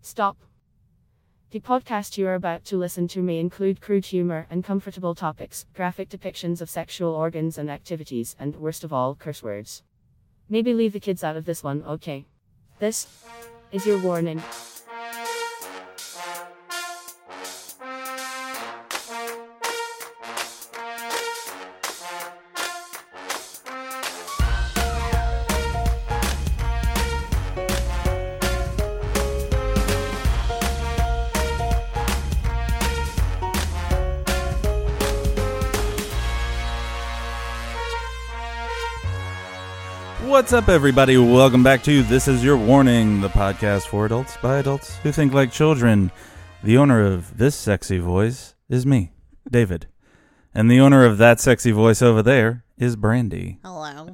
Stop. The podcast you are about to listen to may include crude humor, uncomfortable topics, graphic depictions of sexual organs and activities, and worst of all, curse words. Maybe leave the kids out of this one, okay? This is your warning. What's up, everybody? Welcome back to This Is Your Warning, the podcast for adults by adults who think like children. The owner of this sexy voice is me, David. And the owner of that sexy voice over there is Brandy. Hello.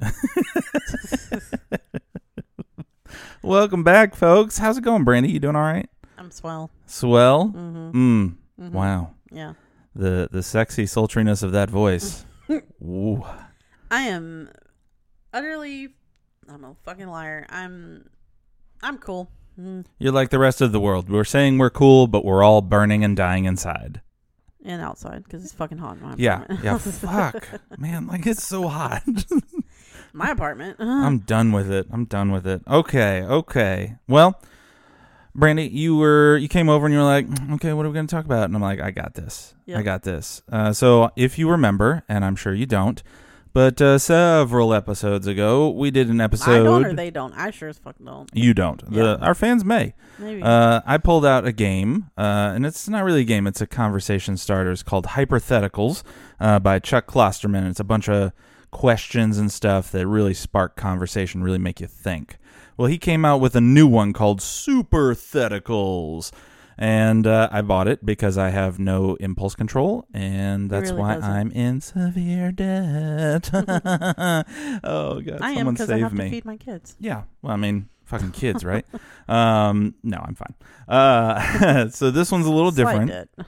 Welcome back, folks. How's it going, Brandy? You doing all right? I'm swell. Swell? Mm-hmm. Mm. Wow. Yeah. The the sexy sultriness of that voice. Ooh. I am utterly. I'm a fucking liar. I'm. I'm cool. Mm. You're like the rest of the world. We're saying we're cool, but we're all burning and dying inside. And outside because it's fucking hot in my Yeah, apartment. yeah. Fuck, man. Like it's so hot. my apartment. I'm done with it. I'm done with it. Okay, okay. Well, Brandy, you were you came over and you were like, okay, what are we going to talk about? And I'm like, I got this. I Yep. got this. Uh, so if you remember, and I'm sure you don't, but uh, several episodes ago, we did an I don't or episode. they don't. I sure as fuck don't. you don't. The, Yeah. our fans may. Maybe. Uh, I pulled out a game, uh, and it's not really a game. It's a conversation starter. It's called Hypotheticals uh, by Chuck Klosterman. It's a bunch of questions and stuff that really spark conversation, really make you think. Well, he came out with a new one called Supertheticals, and uh, I bought it because I have no impulse control, and that's really why doesn't. I'm in severe debt. oh God! I am someone because save I have me. to feed my kids. Yeah. Well, I mean, fucking kids, right? um, no, I'm fine. Uh, so this one's a little Slight different. bit.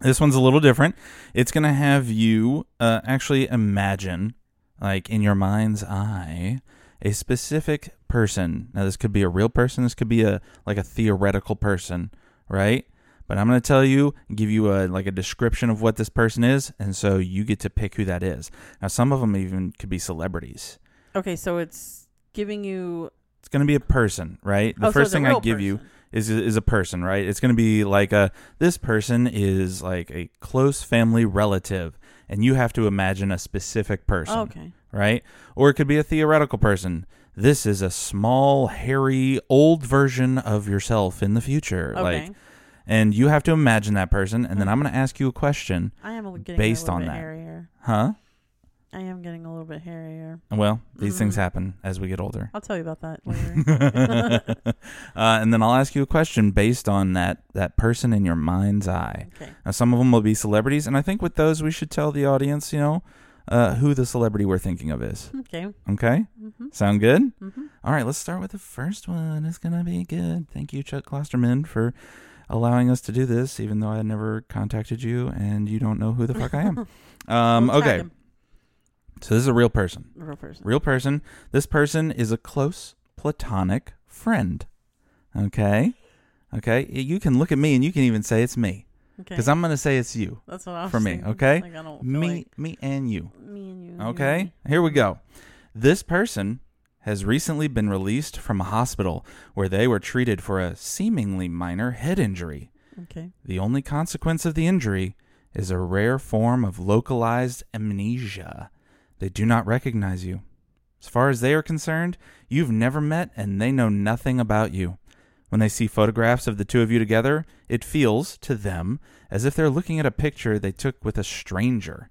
This one's a little different. It's going to have you uh, actually imagine, like in your mind's eye, a specific person. Now, this could be a real person. This could be a like a theoretical person, right? But I'm going to tell you, give you a like a description of what this person is, and so you get to pick who that is. Now, some of them even could be celebrities. Okay, so it's giving you. It's going to be a person, right? The oh, so first it's a thing I real give you person. is is a person, right? It's going to be like a this person is like a close family relative, and you have to imagine a specific person, Oh, okay. right? Or it could be a theoretical person. This is a small, hairy, old version of yourself in the future, Okay. Mm-hmm. like, and you have to imagine that person, and then I'm going to ask you a question, I am getting based a little on bit that. hairier. huh? I am getting a little bit hairier. Well, these things Mhm. happen as we get older. I'll tell you about that later. uh, and then I'll ask you a question based on that that person in your mind's eye. okay. Now, Uh, some of them will be celebrities, and I think with those we should tell the audience, you know, uh, who the celebrity we're thinking of is. Okay. Okay, Mm-hmm. sound good? Mm-hmm. All right, let's start with the first one. It's gonna be good. Thank you, Chuck Klosterman, for allowing us to do this, even though I never contacted you and you don't know who the fuck I am. Um, Let's find okay, him. so this is a real person. Real person. Real person. This person is a close platonic friend. Okay. Okay. You can look at me and you can even say it's me Okay. because I'm going to say it's you. That's what I was for me, thinking. okay? Like, I don't feel Me, me and you. like me and you. you and Okay. me. Here we go. This person has recently been released from a hospital where they were treated for a seemingly minor head injury. Okay. The only consequence of the injury is a rare form of localized amnesia. They do not recognize you. As far as they are concerned, you've never met and they know nothing about you. When they see photographs of the two of you together, it feels, to them, as if they're looking at a picture they took with a stranger.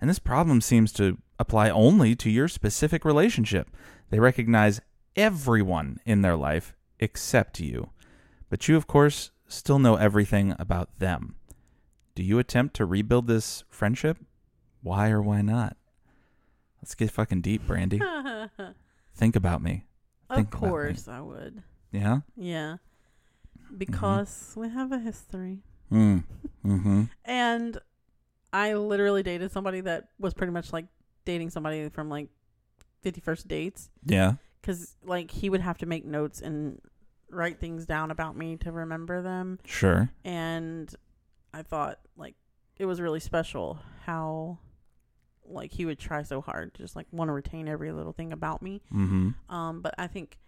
And this problem seems to apply only to your specific relationship. They recognize everyone in their life except you. But you, of course, still know everything about them. Do you attempt to rebuild this friendship? Why or why not? Let's get fucking deep, Brandy. Think about me. of Think about me. course I would. Yeah? Yeah. Mm-hmm. Because we have a history. Mm. Mm-hmm. And I literally dated somebody that was pretty much like dating somebody from like 51st dates. Yeah. Because like he would have to make notes and write things down about me to remember them. Sure. and I thought like it was really special how like he would try so hard to just like want to retain every little thing about me. Mm-hmm. Um, but I think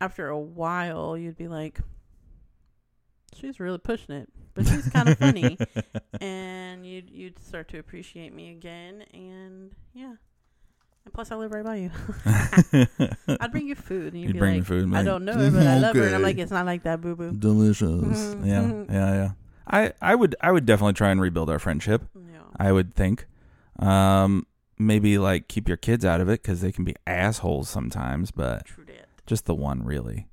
after a while you'd be like, she's really pushing it, but she's kind of funny, and you'd you'd start to appreciate me again, and yeah. And plus, I live right by you. I'd bring you food, and you'd, You'd be bring like, me food, and be I like, don't know her, but I love her, and I'm "Okay." like, it's not like that, boo boo. Delicious. Mhm. yeah, yeah, yeah. I, I would I would definitely try and rebuild our friendship. Yeah. I would think. Um, maybe like keep your kids out of it because they can be assholes sometimes, but True that. just the one really.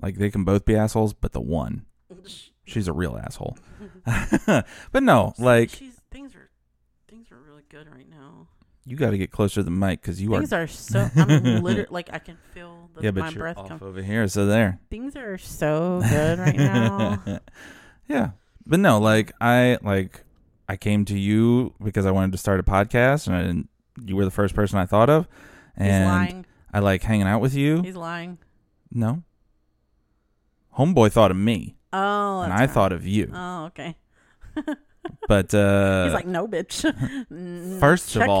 Like they can both be assholes, but the one, she's a real asshole. Mm-hmm. but no, See, like she's things are things are really good right now. you got to get closer to the mic because you are. Things are so I'm literally like I can feel the, yeah, my but you're breath off come. over here, so there. Things are so good right now. yeah, but no, like I like I came to you because I wanted to start a podcast, and I didn't, you were the first person I thought of, He's and lying. I like hanging out with you. He's lying. No. Homeboy thought of me, Oh, and that's I right. thought of you. Oh, okay. but uh, He's like, no, bitch. Mm, first of check all,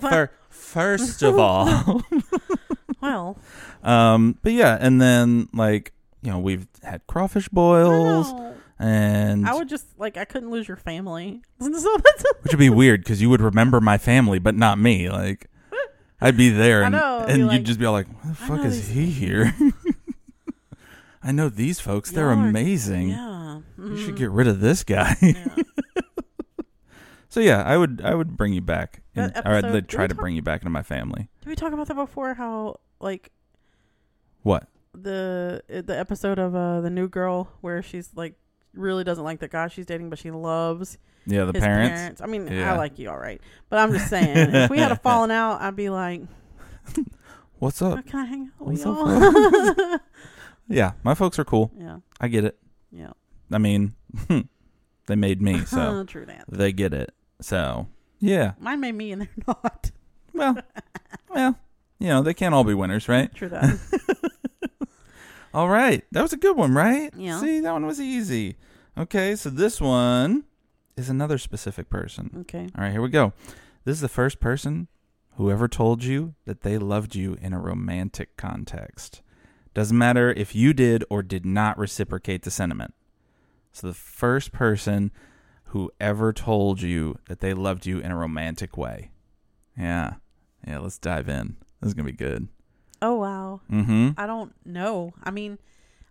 fir- first of all, well, um, but yeah, and then like you know we've had crawfish I boils, don't know. and I would just like I couldn't lose your family. So that's- which would be weird because you would remember my family, but not me. Like I'd be there, I and, know, it'd be and like, you'd just be all like, "Why the I fuck know is these he here?" I know these folks; they're Y'all are- amazing. yeah. You should Mhm. get rid of this guy. Yeah. So yeah, I would I would bring you back, and, That or I'd episode- li- did try we to talk- bring you back into my family. Did we talk about that before? How like What? the eh, the episode of uh, the new girl where she's like really doesn't like the guy she's dating, but she loves Yeah, the his parents. I mean, Yeah. I like you all right, but I'm just saying, if we had a falling out, I'd be like, What's up? oh, can I hang out What's with up, y'all? Yeah, my folks are cool. yeah, I get it. yeah. I mean, they made me, so true that. they get it. So yeah, Mine made me, and they're not. well, well, you know, they can't all be winners, right? True that. All right, that was a good one, right? Yeah. See, that one was easy. Okay, so this one is another specific person. Okay. All right, here we go. This is the first person who ever told you that they loved you in a romantic context. Doesn't matter if you did or did not reciprocate the sentiment. So, the first person who ever told you that they loved you in a romantic way. Yeah. Yeah, let's dive in. This is going to be good. Oh wow. Mm hmm. I don't know. I mean,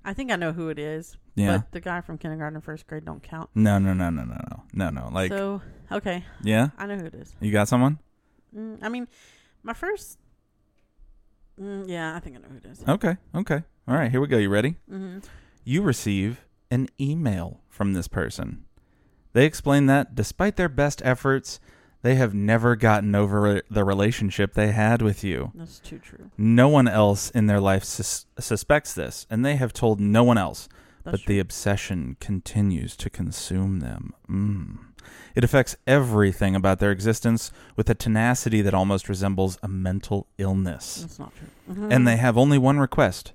I think I know who it is, Yeah. but the guy from kindergarten and first grade don't count. no, no, no, no, no, no. No, no. Like, so okay, yeah? I know who it is. You got someone? Mm, I mean, my first. Mm, yeah, I think I know who it is. Okay. Okay. All right, here we go. You ready? Mm-hmm. you receive an email from this person. They explain that despite their best efforts, they have never gotten over the relationship they had with you. That's too true. No one else in their life sus- suspects this, and they have told no one else, That's but true. the obsession continues to consume them. Mm. It affects everything about their existence with a tenacity that almost resembles a mental illness That's not true. Mhm. and they have only one request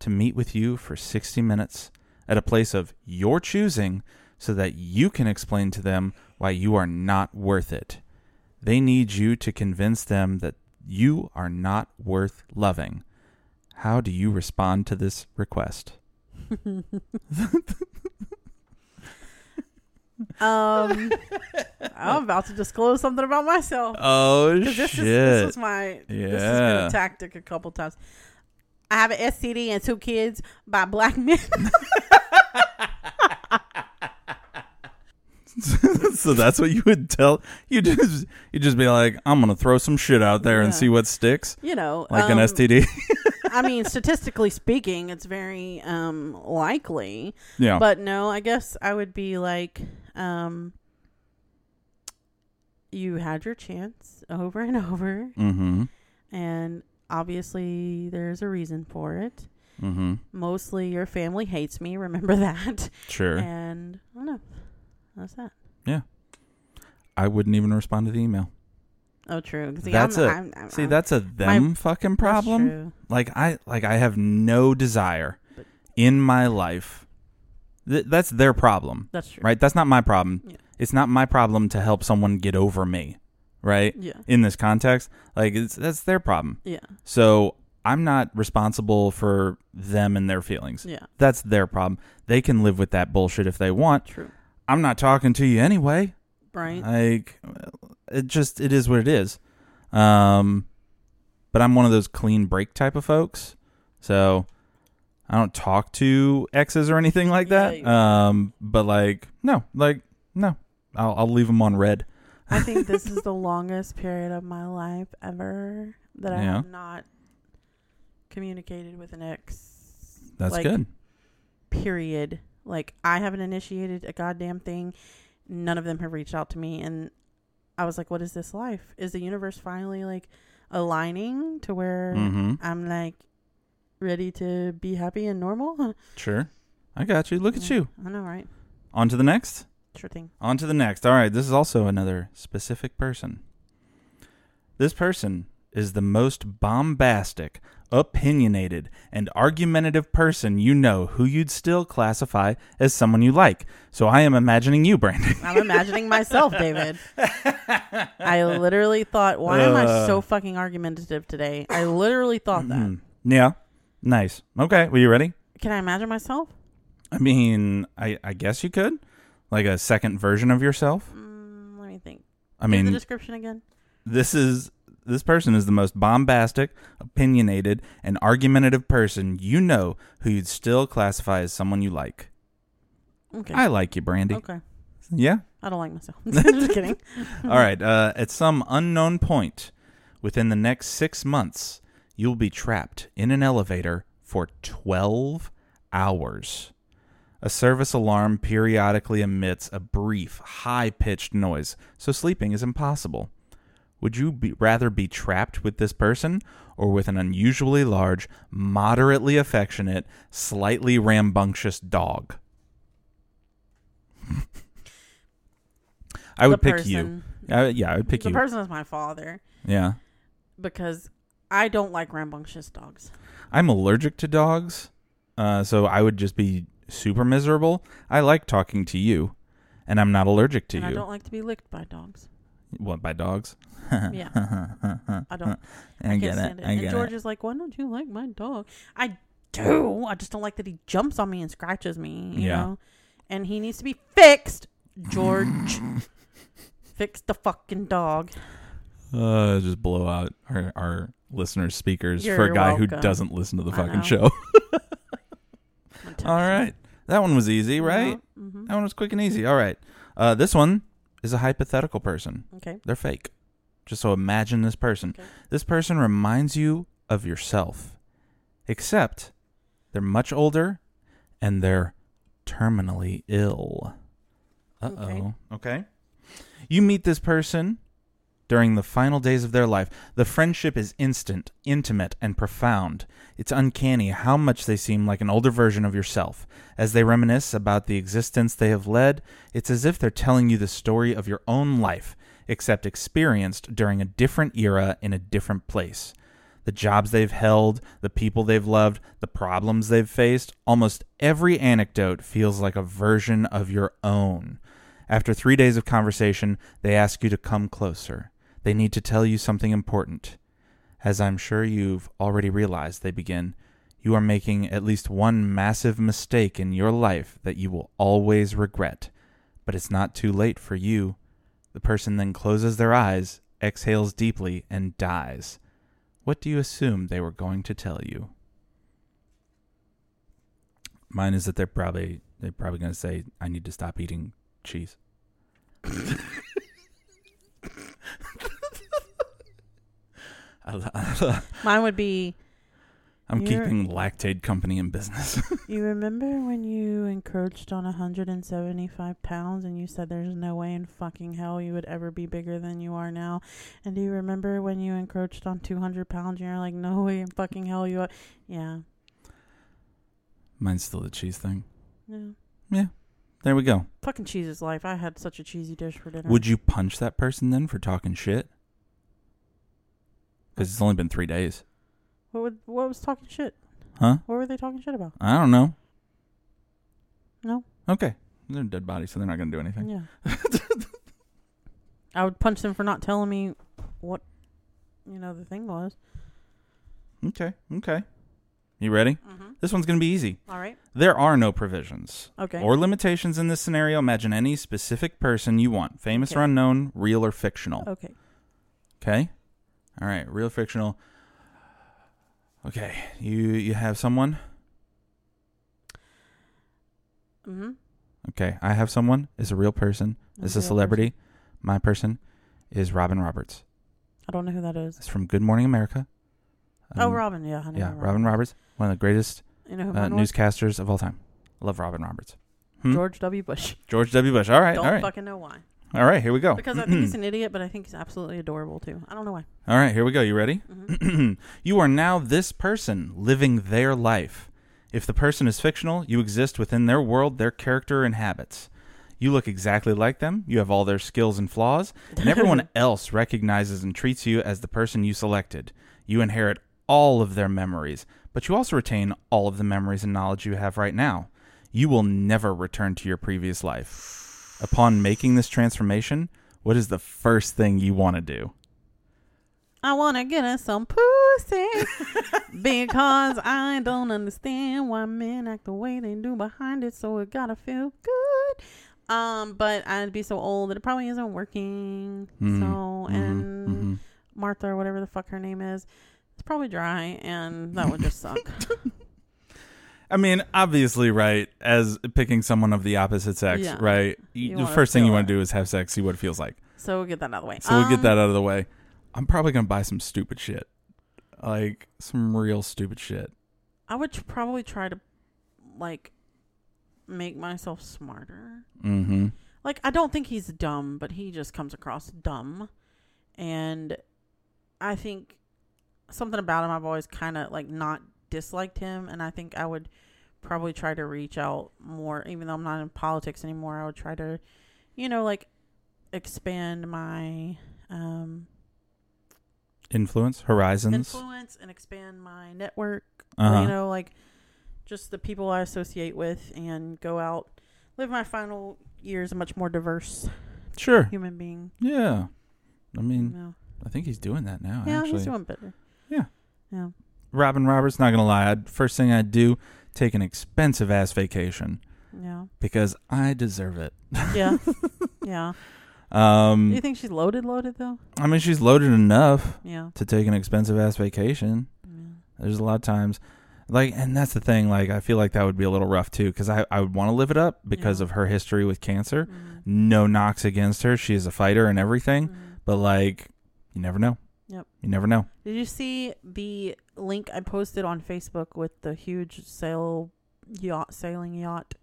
to meet with you for 60 minutes at a place of your choosing so that you can explain to them why you are not worth it. They need you to convince them that you are not worth loving. How do you respond to this request? um, I'm about to disclose something about myself Oh, because this is this was my this has been Yeah. a tactic a couple times. I have an STD and two kids by black men. so that's what you would tell you just you just be like, I'm gonna throw some shit out there and Yeah. see what sticks, you know, like an um, STD. I mean, statistically speaking, it's very um likely. yeah, But no, I guess I would be like, um, you had your chance over and over, mm-hmm, and obviously there's a reason for it. mm-hmm, Mostly your family hates me, remember that. sure. And I don't know. That's that. I wouldn't even respond to the email. Oh, true. See, That's I'm, a- I'm, I'm, See, I'm- that's a them fucking that's problem. true. Like I like I have no desire But- in my life. Th- that's their problem, That's true. right? That's not my problem. Yeah. It's not my problem to help someone get over me, right? Yeah. In this context, like it's, that's their problem. Yeah. So I'm not responsible for them and their feelings. Yeah. That's their problem. They can live with that bullshit if they want. True. I'm not talking to you anyway. Right. Like it just it is what it is. Um but I'm one of those clean break type of folks. So I don't talk to exes or anything like that. Yeah, you- um but like no, like no. I'll I'll leave them on red. I think this is the longest period of my life ever that I Yeah. have not communicated with an ex. That's like, good. Period. Like I haven't initiated a goddamn thing. None of them have reached out to me, and I was like, "What is this life? Is the universe finally like aligning to where Mhm. I'm like ready to be happy and normal?" Sure. I got you. Look at Yeah, you. I know, right? On to the next. Sure thing. On to the next. All right, this is also another specific person. This person is the most bombastic, opinionated, and argumentative person you know who you'd still classify as someone you like. So I am imagining you, Brandon. I'm imagining myself, David. I literally thought, why am I Uh. so fucking argumentative today? I literally thought that. Hmm. yeah. Nice. Okay. Were you ready? Can I imagine myself? I mean, I, I guess you could. Like a second version of yourself. Mm, let me think. I Give the mean, description again. this is this person is the most bombastic, opinionated, and argumentative person you know who you'd still classify as someone you like. Okay. I like you, Brandy. okay. Yeah. I don't like myself. Just kidding. All right. Uh, at some unknown point within the next six months, you'll be trapped in an elevator for 12 hours. A service alarm periodically emits a brief, high pitched noise, so sleeping is impossible. Would you be, rather be trapped with this person or with an unusually large, moderately affectionate, slightly rambunctious dog? I The would pick you. person- I, yeah, I would pick the you. person is my father yeah. because I don't like rambunctious dogs. I'm allergic to dogs, uh, so I would just be super miserable. I like talking to you, and I'm not allergic to and I you. don't like to be licked by dogs. What by dogs? Yeah. I don't. I can't get it. stand I and get George it. is like, why don't you like my dog? I do. I just don't like that he jumps on me and scratches me. You Yeah. know, and he needs to be fixed. George, fix the fucking dog. Uh, just blow out our, our listeners' speakers for You're a guy who welcome. doesn't listen to the I fucking know. show. All right, that one was easy, right? Mm-hmm. That one was quick and easy. All right, uh, this one is a hypothetical person. Okay. They're fake. Just so imagine this person. Okay. This person reminds you of yourself, except they're much older and they're terminally ill. Uh oh. Okay. okay. You meet this person during the final days of their life. The friendship is instant, intimate, and profound. It's uncanny how much they seem like an older version of yourself. As they reminisce about the existence they have led, it's as if they're telling you the story of your own life, except experienced during a different era in a different place. The jobs they've held, the people they've loved, the problems they've faced, almost every anecdote feels like a version of your own. After three days of conversation, they ask you to come closer. They need to tell you something important. As I'm sure you've already realized, they begin, you are making at least one massive mistake in your life that you will always regret. But it's not too late for you. The person then closes their eyes, exhales deeply, and dies. What do you assume they were going to tell you? Mine is that they're probably they're probably going to say, "I need to stop eating cheese." I lo- I lo- Mine would be. I'm You're- keeping Lactate Company in business. You remember when you encroached on 175 pounds and you said there's no way in fucking hell you would ever be bigger than you are now? And do you remember when you encroached on 200 pounds and you're like, no way in fucking hell you are? Yeah. Mine's still the cheese thing. Yeah. There we go. Fucking cheese is life. I had such a cheesy dish for dinner. Would you punch that person then for talking shit? Because it's only been three days, What, would, what was talking shit? huh? What were they talking shit about? I don't know. No. Okay. They're dead bodies, so they're not going to do anything. Yeah. I would punch them for not telling me what, you know, the thing was. Okay. Okay. You ready? Mhm. This one's going to be easy. All right. There are no provisions Okay. or limitations in this scenario. Imagine any specific person you want, famous or Okay. Oh. unknown, real or fictional. okay. Okay. All right, real or fictional. Okay, you you have someone. Mm-hmm. Okay, I have someone. Is a real person. Is a celebrity. My person is Robin Roberts. I don't know who that is. It's from Good Morning America. oh, Um, Robin. Yeah. I know Yeah, who Robin Roberts, one of the greatest You know who uh, mine was? newscasters of all time. I love Robin Roberts. Hmm? George W. Bush. George W. Bush. All right, don't all right, Oh, fucking know why. all right. Here we go. Hmm. Because I think he's an idiot, but I think he's absolutely adorable too. I don't know why. All right, here we go. You ready? Mhm. you are now this person living their life. If the person is fictional, you exist within their world, their character, and habits. You look exactly like them, you have all their skills and flaws, and everyone else recognizes and treats you as the person you selected. You inherit all of their memories, but you also retain all of the memories and knowledge you have right now. You will never return to your previous life. Upon making this transformation, what is the first thing you want to do? I wanna get us some pussy because I don't understand why men act the way they do behind it, so it gotta feel good. Um, but I'd be so old that it probably isn't working. Mhm. So Mhm. and Mhm. Martha or whatever the fuck her name is, it's probably dry, and that would just suck. I mean, obviously, right? As picking someone of the opposite sex, Yeah. right? You You, the wanna first thing you feel want it. to do is have sex, see what it feels like. so we'll get that out of the way. So we'll get Um, that out of the way. I'm probably gonna buy some stupid shit, like some real stupid shit. I would tr- probably try to like make myself smarter. Mm-hmm. Like I don't think he's dumb, but he just comes across dumb. And I think something about him I've always kind of like not disliked him and I think I would probably try to reach out more even though I'm not in politics anymore. I would try to you know like expand my um Influence, horizons. influence and expand my network. or, Uh-huh. You know, like just the people I associate with and go out, live my final years a much more diverse Sure. human being. Yeah. I you mean, know. I think he's doing that now. yeah, actually, he's doing better. Yeah. Yeah. Robin Roberts. Not gonna lie, I'd, first thing I'd do, take an expensive ass vacation Yeah. because I deserve it. Yeah. yeah. Do Um, you think she's loaded, loaded though? I mean, she's loaded enough. Yeah. Mm-hmm. to take an expensive ass vacation. yeah. There's a lot of times, like, and that's the thing. Like, I feel like that would be a little rough too, because I I would want to live it up because Yeah. of her history with cancer. Mhm. No knocks against her. She is a fighter and everything, Mhm. but like, you never know. Yep. You never know. Did you see the link I posted on Facebook with the huge sail yacht sailing yacht?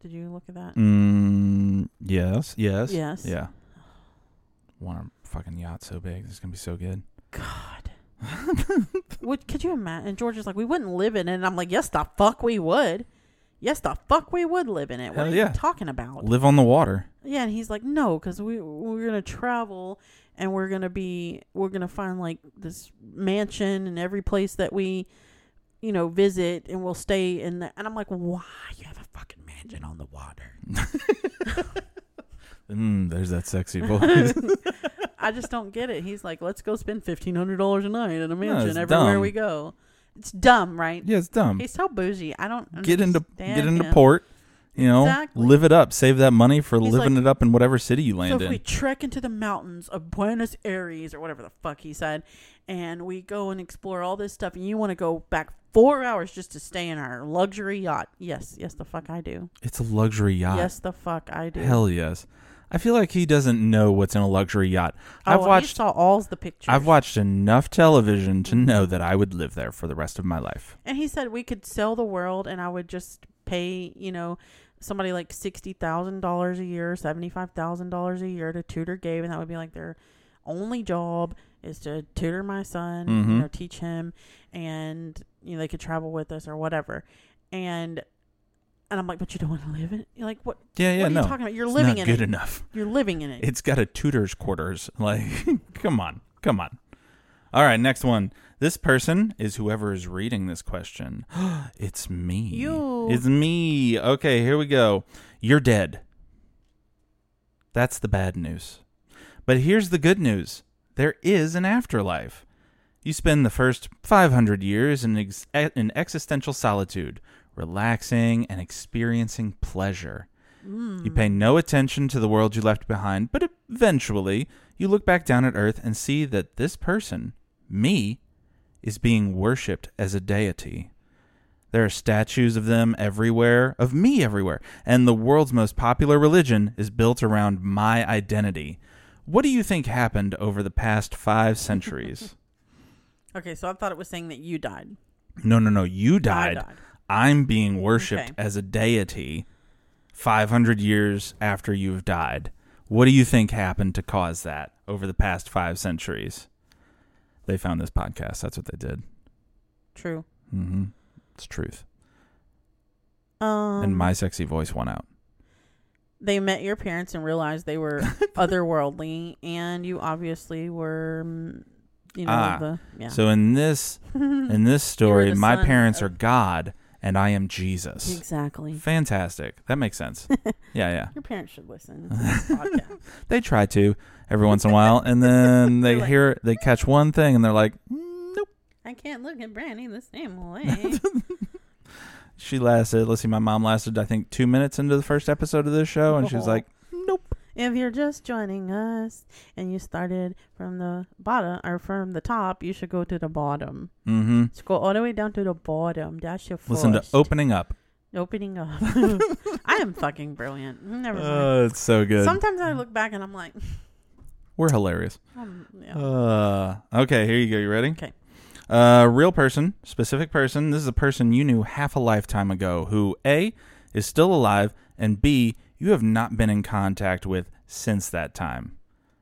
Did you look at that? Mm, yes. Yes. Yes. Yeah. Want a fucking yacht so big? It's gonna be so good. God. What could you imagine? And George is like, we wouldn't live in it. And I'm like, yes, the fuck we would. Yes, the fuck we would live in it. What Hell are yeah. you talking about? Live on the water. yeah, and he's like, no, because we we're gonna travel and we're gonna be we're gonna find like this mansion and every place that we, you know, visit and we'll stay in. The, and I'm like, why you have a fucking mansion on the water? Mm, there's that sexy voice. I just don't get it. He's like, let's go spend fifteen hundred dollars a night in a No, mansion it's everywhere dumb. we go. It's dumb, right? yeah, it's dumb. He's so bougie. I don't get into understand get into him. port. You know, Exactly. live it up. Save that money for He's living like- it up in whatever city you land So if in. we trek into the mountains of Buenos Aires or whatever the fuck he said, and we go and explore all this stuff, and you want to go back four hours just to stay in our luxury yacht? Yes, yes, the fuck I do. It's a luxury yacht. Yes, the fuck I do. Hell yes. I feel like he doesn't know what's in a luxury yacht. Oh, I've he watched saw all's the pictures. I've watched enough television to know that I would live there for the rest of my life. and he said we could sell the world, and I would just pay, you know. Somebody like sixty thousand dollars a year, seventy five thousand dollars a year to tutor Gabe, and that would be like their only job is to tutor my son, Mhm. you know, teach him, and you know they could travel with us or whatever. And and I'm like, but you don't want to live in it. You're like, what? Yeah, yeah, what are no. you talking about? You're It's living not in good it. enough. You're living in it. It's got a tutor's quarters. Like, come on, come on. All right, next one. This person is whoever is reading this question. it's me. You. It's me. Okay, here we go. You're dead. That's the bad news. But here's the good news there is an afterlife. You spend the first 500 years in, ex- in existential solitude, relaxing and experiencing pleasure. You pay no attention to the world you left behind, but eventually you look back down at Earth and see that this person, me, is being worshipped as a deity. There are statues of them everywhere, of me everywhere, and the world's most popular religion is built around my identity. What do you think happened over the past five centuries? Okay, so I thought it was saying that you died. no, no, no, you I died. I'm being worshipped Okay. as a deity 500 years after you've died. What do you think happened to cause that over the past five centuries? They found this podcast. That's what they did. True. hmm It's truth. Um, and my sexy voice won out. they met your parents and realized they were otherworldly, and you obviously were, mm, you know, Ah, the yeah. So in this in this story, the my son parents of- are God and I am Jesus. exactly. Fantastic. That makes sense. yeah, yeah. Your parents should listen to this podcast. They try to every once in a while, and then they They're like- hear they catch one thing and they're like, "Nope." I can't look at Brandy the same way. she lasted let's see my mom lasted i think two minutes into the first episode of this show and she was Oh. like nope if you're just joining us and you started from the bottom or from the top, you should go to the bottom. mm-hmm Just go all the way down to the bottom. That's your first. listen to opening up opening up. I am fucking brilliant. Never mind. oh it's so good Sometimes I look back and I'm like, we're hilarious um, yeah. uh, okay here you go you ready Okay. uh, real person specific person this is a person you knew half a lifetime ago who a is still alive and b you have not been in contact with since that time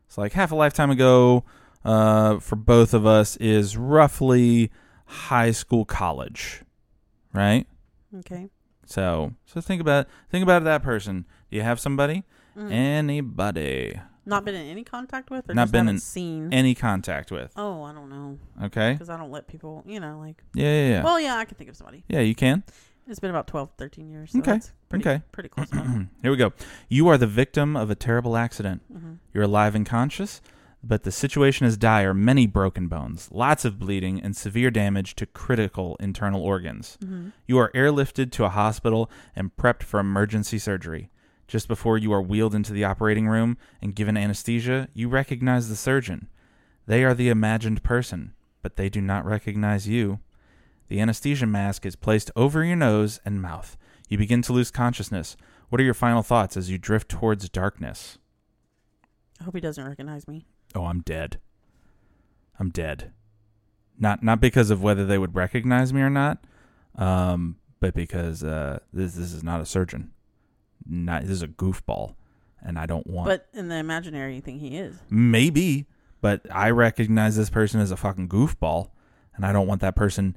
it's like half a lifetime ago uh, for both of us is roughly high school college right okay. So so think about think about that person. Do you have somebody? Mm. Anybody? Not been in any contact with, or Not just been haven't in seen. Any contact with? oh, I don't know, Okay. because I don't let people. You know, like. Yeah, yeah, yeah. Well, yeah, I can think of somebody. yeah, you can. It's been about 12, 13 years. So Okay. That's pretty, Okay. Pretty close. mm-hmm. Hmm, Here we go. You are the victim of a terrible accident. Mm-hmm. You're alive and conscious, but the situation is dire. Many broken bones, lots of bleeding, and severe damage to critical internal organs. Mm-hmm. You are airlifted to a hospital and prepped for emergency surgery. Just before you are wheeled into the operating room and given anesthesia, you recognize the surgeon. They are the imagined person, but they do not recognize you. The anesthesia mask is placed over your nose and mouth. You begin to lose consciousness. What are your final thoughts as you drift towards darkness? I hope he doesn't recognize me. Oh, I'm dead. I'm dead. Not not because of whether they would recognize me or not, um, but because uh, this this is not a surgeon. Not this is a goofball, and I don't want. But in the imaginary thing, he is. maybe, but I recognize this person as a fucking goofball, and I don't want that person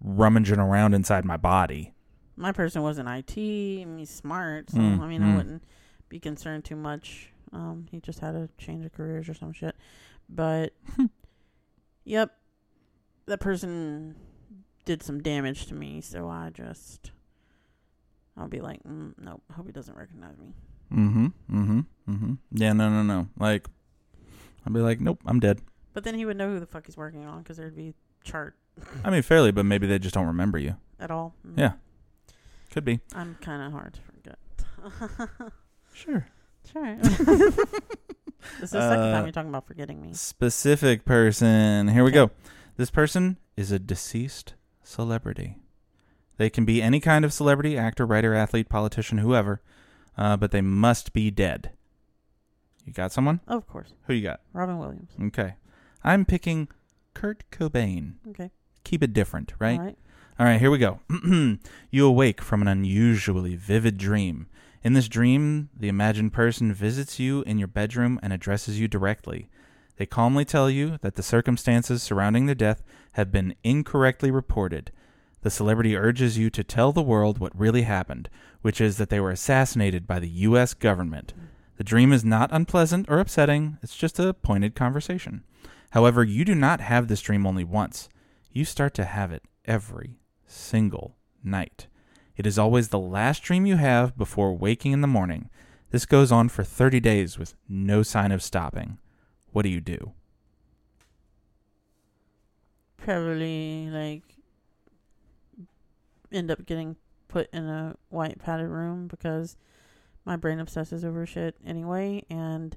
rummaging around inside my body. My person was in IT. And he's smart, so Mm, I mean, mm. I wouldn't be concerned too much. Um, he just had a change of careers or some shit. But, yep, that person did some damage to me, so I just, I'll be like, mm, nope. Hope he doesn't recognize me. Mm-hmm. Mm-hmm. Mm-hmm. Yeah. No. No. No. Like, I'd be like, nope, I'm dead. But then he would know who the fuck he's working on because there'd be chart I mean, fairly, but maybe they just don't remember you. at all. Mm, Yeah. Could be. I'm kind of hard to forget. Sure. sure. this is the second Uh, time you're talking about forgetting me. specific person. Here we Okay. go. This person is a deceased celebrity. They can be any kind of celebrity, actor, writer, athlete, politician, whoever, uh, but they must be dead. You got someone? Of course, Who you got? Robin Williams. Okay. I'm picking Kurt Cobain. Okay. Keep it different, right? All right. All right, here we go. you awake from an unusually vivid dream. In this dream, the imagined person visits you in your bedroom and addresses you directly. They calmly tell you that the circumstances surrounding their death have been incorrectly reported. The celebrity urges you to tell the world what really happened, which is that they were assassinated by the U.S. government. The dream is not unpleasant or upsetting, it's just a pointed conversation. However, you do not have this dream only once. you start to have it every single night. It is always the last dream you have before waking in the morning. This goes on for 30 days with no sign of stopping. What do you do? Probably like end up getting put in a white padded room because my brain obsesses over shit anyway and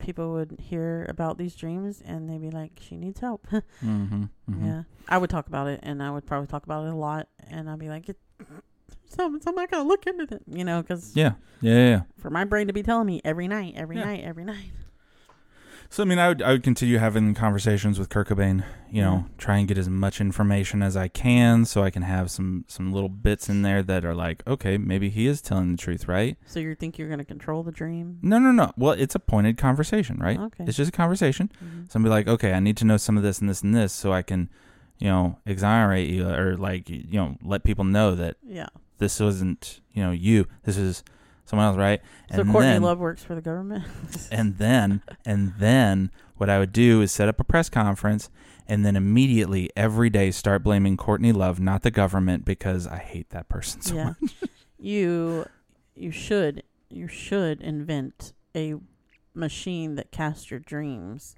people would hear about these dreams and they'd be like she needs help Mm-hmm, yeah i would talk about it and i would probably talk about it a lot and i'd be like it, so, so i'm not gonna look into it you know because Yeah. Yeah. Yeah. yeah. for my brain to be telling me every night every Yeah. night every night So I mean, I would I would continue having conversations with Kurt Cobain. You know, try and get as much information as I can, so I can have some some little bits in there that are like, okay, maybe he is telling the truth, right? so you think you're gonna control the dream No, no, no. Well, it's a pointed conversation, right? Okay. It's just a conversation. Mhm. Somebody like, okay, I need to know some of this and this and this, so I can, you know, exonerate you or like you know let people know that yeah this wasn't you know you. This is someone else, right? so courtney love works for the government and then and then what I would do is set up a press conference and then immediately every day start blaming Courtney Love, not the government, because I hate that person so yeah. much. you you should you should invent a machine that casts your dreams.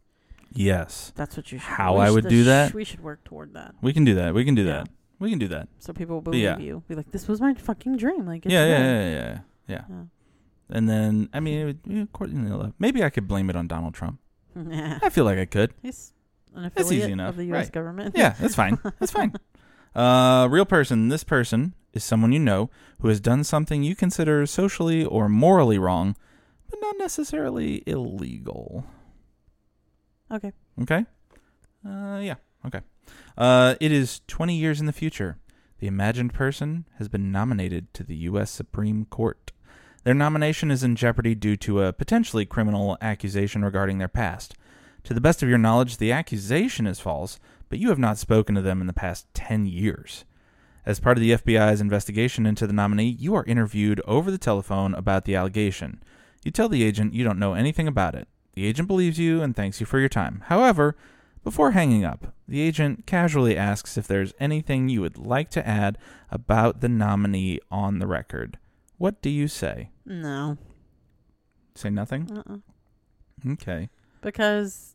Yes. That's what you should. How we I should- would do that? We should work toward that. We can do that. We can do Yeah. that. We can do that. So people will But believe yeah. you. Be like, this was my fucking dream. Like, it's yeah, yeah, real. yeah, yeah, yeah. Yeah. Yeah. And then I mean it would, yeah, Courtney Love. Maybe I could blame it on Donald Trump. Nah. I feel like I could. He's an That's easy affiliate enough, of the U.S. right. government. Yeah, that's fine. That's fine. Uh, real person. This person is someone you know who has done something you consider socially or morally wrong, but not necessarily illegal. Okay. Okay. Uh, yeah. Okay. Uh, it is 20 years in the future. The imagined person has been nominated to the U.S. Supreme Court. Their nomination is in jeopardy due to a potentially criminal accusation regarding their past. To the best of your knowledge, the accusation is false, but you have not spoken to them in the past 10 years. As part of the FBI's investigation into the nominee, you are interviewed over the telephone about the allegation. You tell the agent you don't know anything about it. The agent believes you and thanks you for your time. However, before hanging up, the agent casually asks if there's anything you would like to add about the nominee on the record. What do you say? No. Say nothing? Uh-uh. Okay. Because,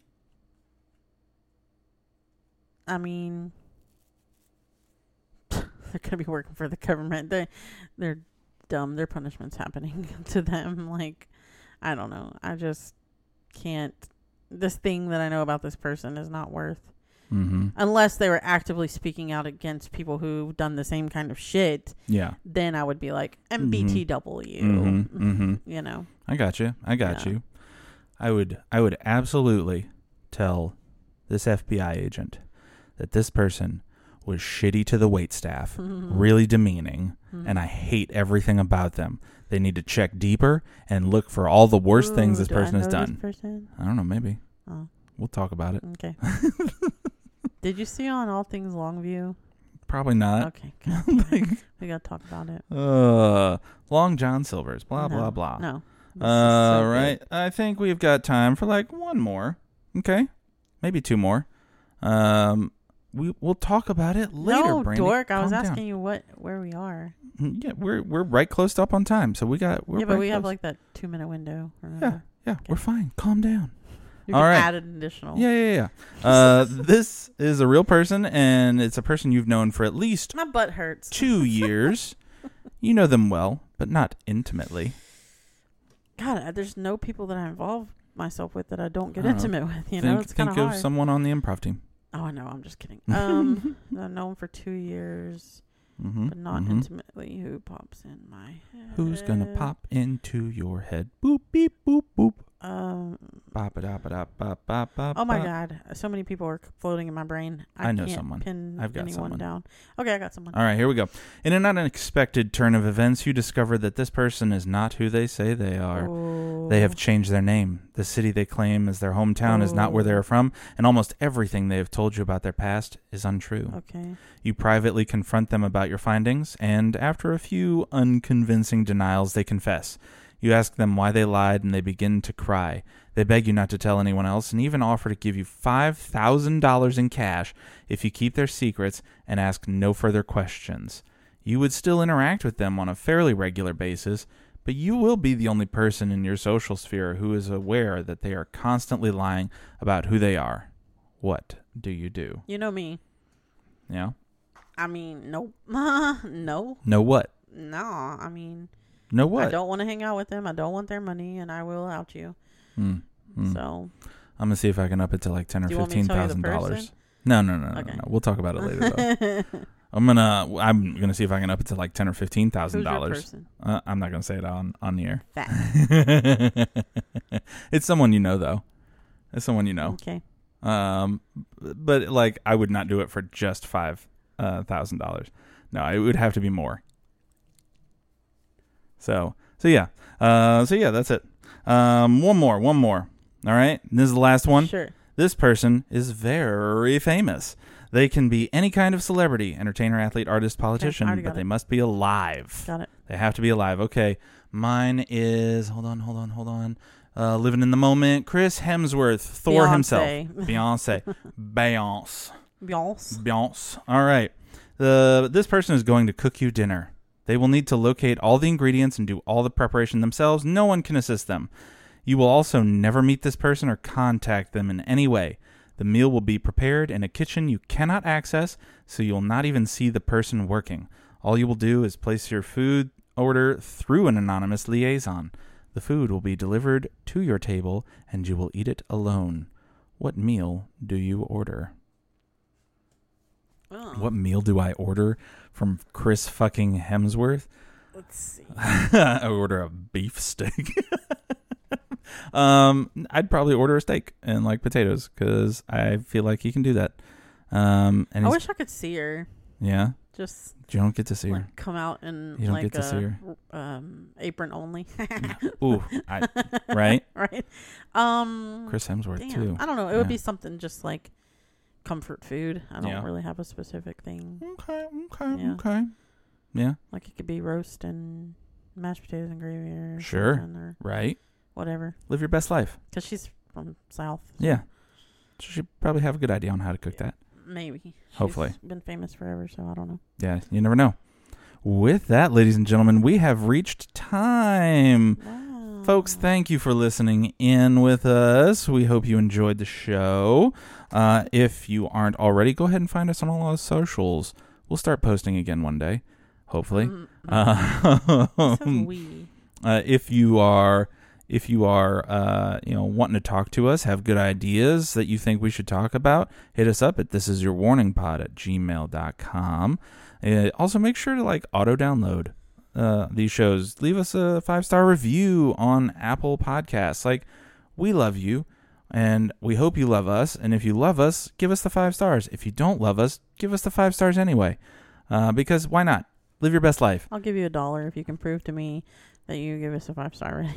I mean, they're gonna be working for the government. They, they're dumb. Their punishment's happening to them. Like, I don't know. I just can't. This thing that I know about this person is not worth. Mm-hmm. Unless they were actively speaking out against people who've done the same kind of shit, Yeah. then I would be like Mm-hmm. MBTW. Mhm, mhm. You know. I got you. I got Yeah. you. I would I would absolutely tell this FBI agent that this person was shitty to the wait staff, really demeaning, Hmm. and I hate everything about them. They need to check deeper and look for all the worst things Ooh, this do I person has know this done. person? I don't know, maybe. Oh. We'll talk about it. Okay. Did you see on All Things Longview? Probably not. Okay. God damn it. like, we got to talk about it. uh, Long John Silver's, blah, No, blah, blah. No. This is All so Ah. Uh, right. big. I think we've got time for like one more. Okay. Maybe two more. Um we we'll talk about it later, no, Brandy. dork. I Calm was down. Mm, asking you what where we are. Yeah, we're we're right close up on time, so we got we're yeah, but right we have close. like that two minute window. Remember? Yeah, we're fine. Calm down. You All can right. add an additional. Yeah, yeah, yeah. Uh this is a real person and it's a person you've known for at least My butt hurts. 2 years. You know them well, but not intimately. God, I- there's no people that I involve myself with that I don't get I don't know. intimate with. You think know, it's kind think of of hard. someone on the improv team. oh, I know. I'm just kidding. Um, I've known him for two years, Mm-hmm. but not hmm intimately. Who pops in my head? Who's gonna pop into your head? Boop beep boop boop. Um, Bop da ba da bop bop bop. Oh my bop. god, so many people are floating in my brain. I, I know can't someone. Pin I've got anyone someone. down. Okay, I got someone. All right, here we go. In an unexpected turn of events, you discover that this person is not who they say they are. Oh. They have changed their name. The city they claim as their hometown is not where they are from, and almost everything they have told you about their past is untrue. Okay. You privately confront them about your findings, and after a few unconvincing denials, they confess. You ask them why they lied, and they begin to cry. They beg you not to tell anyone else, and even offer to give you $5,000 in cash if you keep their secrets and ask no further questions. You would still interact with them on a fairly regular basis, but you will be the only person in your social sphere who is aware that they are constantly lying about who they are. What do you do? You know me. Yeah? I mean, nope. no. Know what? No. I mean, Know I what? don't want to hang out with them. I don't want their money, and I will out you. Hmm. Hmm. So, I'm gonna see if I can up it to like ten or Do you want me fifteen to tell you the thousand dollars. person? No, no, no, no, Okay. no. We'll talk about it later. though. I'm gonna I'm gonna see if I can up it to like ten or fifteen who's your thousand dollars. person? Uh, I'm not gonna say it on on the air. That. it's someone you know though. It's someone you know. Okay. Um, but like I would not do it for just five uh, thousand dollars. No, it would have to be more. So so yeah. Uh, so yeah, that's it. Um, one more, one more. All right, this is the last one. Sure. This person is very famous. They can be any kind of celebrity, entertainer, athlete, artist, politician, already but got they it. must be alive. Got it. They have to be alive. Okay. Mine is hold on, hold on, hold on. Uh, living in the moment. Chris Hemsworth, Thor Beyonce. himself. Beyonce. Beyonce. Y'alls. Beyonce. All right. The this person is going to cook you dinner. They will need to locate all the ingredients and do all the preparation themselves. No one can assist them. You will also never meet this person or contact them in any way. The meal will be prepared in a kitchen you cannot access, so you'll not even see the person working. All you will do is place your food order through an anonymous liaison. The food will be delivered to your table and you will eat it alone. What meal do you order? Oh, What meal do I order from Chris fucking Hemsworth? Let's see. I order a beef steak. um, I'd probably order a steak and like potatoes because I feel like he can do that. Um, and I he's, wish I could see her. yeah, Just you don't get to see her. like come out in You don't like get to see a her. um apron only. Ooh, I, right? right. Um Chris Hemsworth damn, too. I don't know. It Yeah. would be something just like comfort food. I don't Yeah. really have a specific thing. Okay, okay, Yeah. okay. Yeah, Like it could be roast and mashed potatoes and gravy or Sure. something or right. whatever. Live your best life. Cuz she's from south. Yeah, she should probably have a good idea on how to cook that. Maybe. She's Hopefully. been famous forever, so I don't know. Yeah, you never know. With that, ladies and gentlemen, we have reached time. Wow. Folks, thank you for listening in with us. We hope you enjoyed the show. Uh, if you aren't already, go ahead and find us on all our socials. We'll start posting again one day, hopefully. Mm, Uh, mm. It says we. uh, if you are if you are uh, you know wanting to talk to us have good ideas that you think we should talk about hit us up at this is your warning pod at gmail.com uh, also make sure to like auto download uh, these shows leave us a five star review on apple podcasts like we love you and we hope you love us and if you love us give us the five stars if you don't love us give us the five stars anyway uh, because why not live your best life I'll give you a dollar if you can prove to me that you give us a five star rating.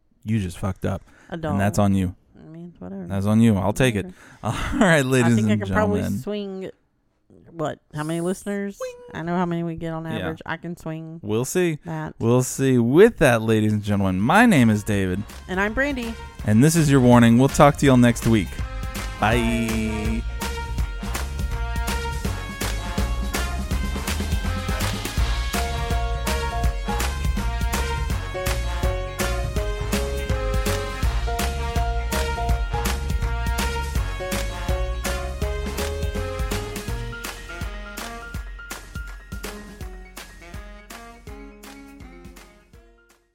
you just fucked up A dollar. and that's on you I mean, whatever. That's on you. I'll take it. Whatever. All right, ladies Mm-hmm. I think I and can probably gentlemen. swing. What? How many listeners? I know how many we get on Yeah. average. I can swing We'll see. that. We'll see. With that, ladies and gentlemen, my name is David, And I'm Brandy. and this is your warning. We'll talk to y'all next week. Bye.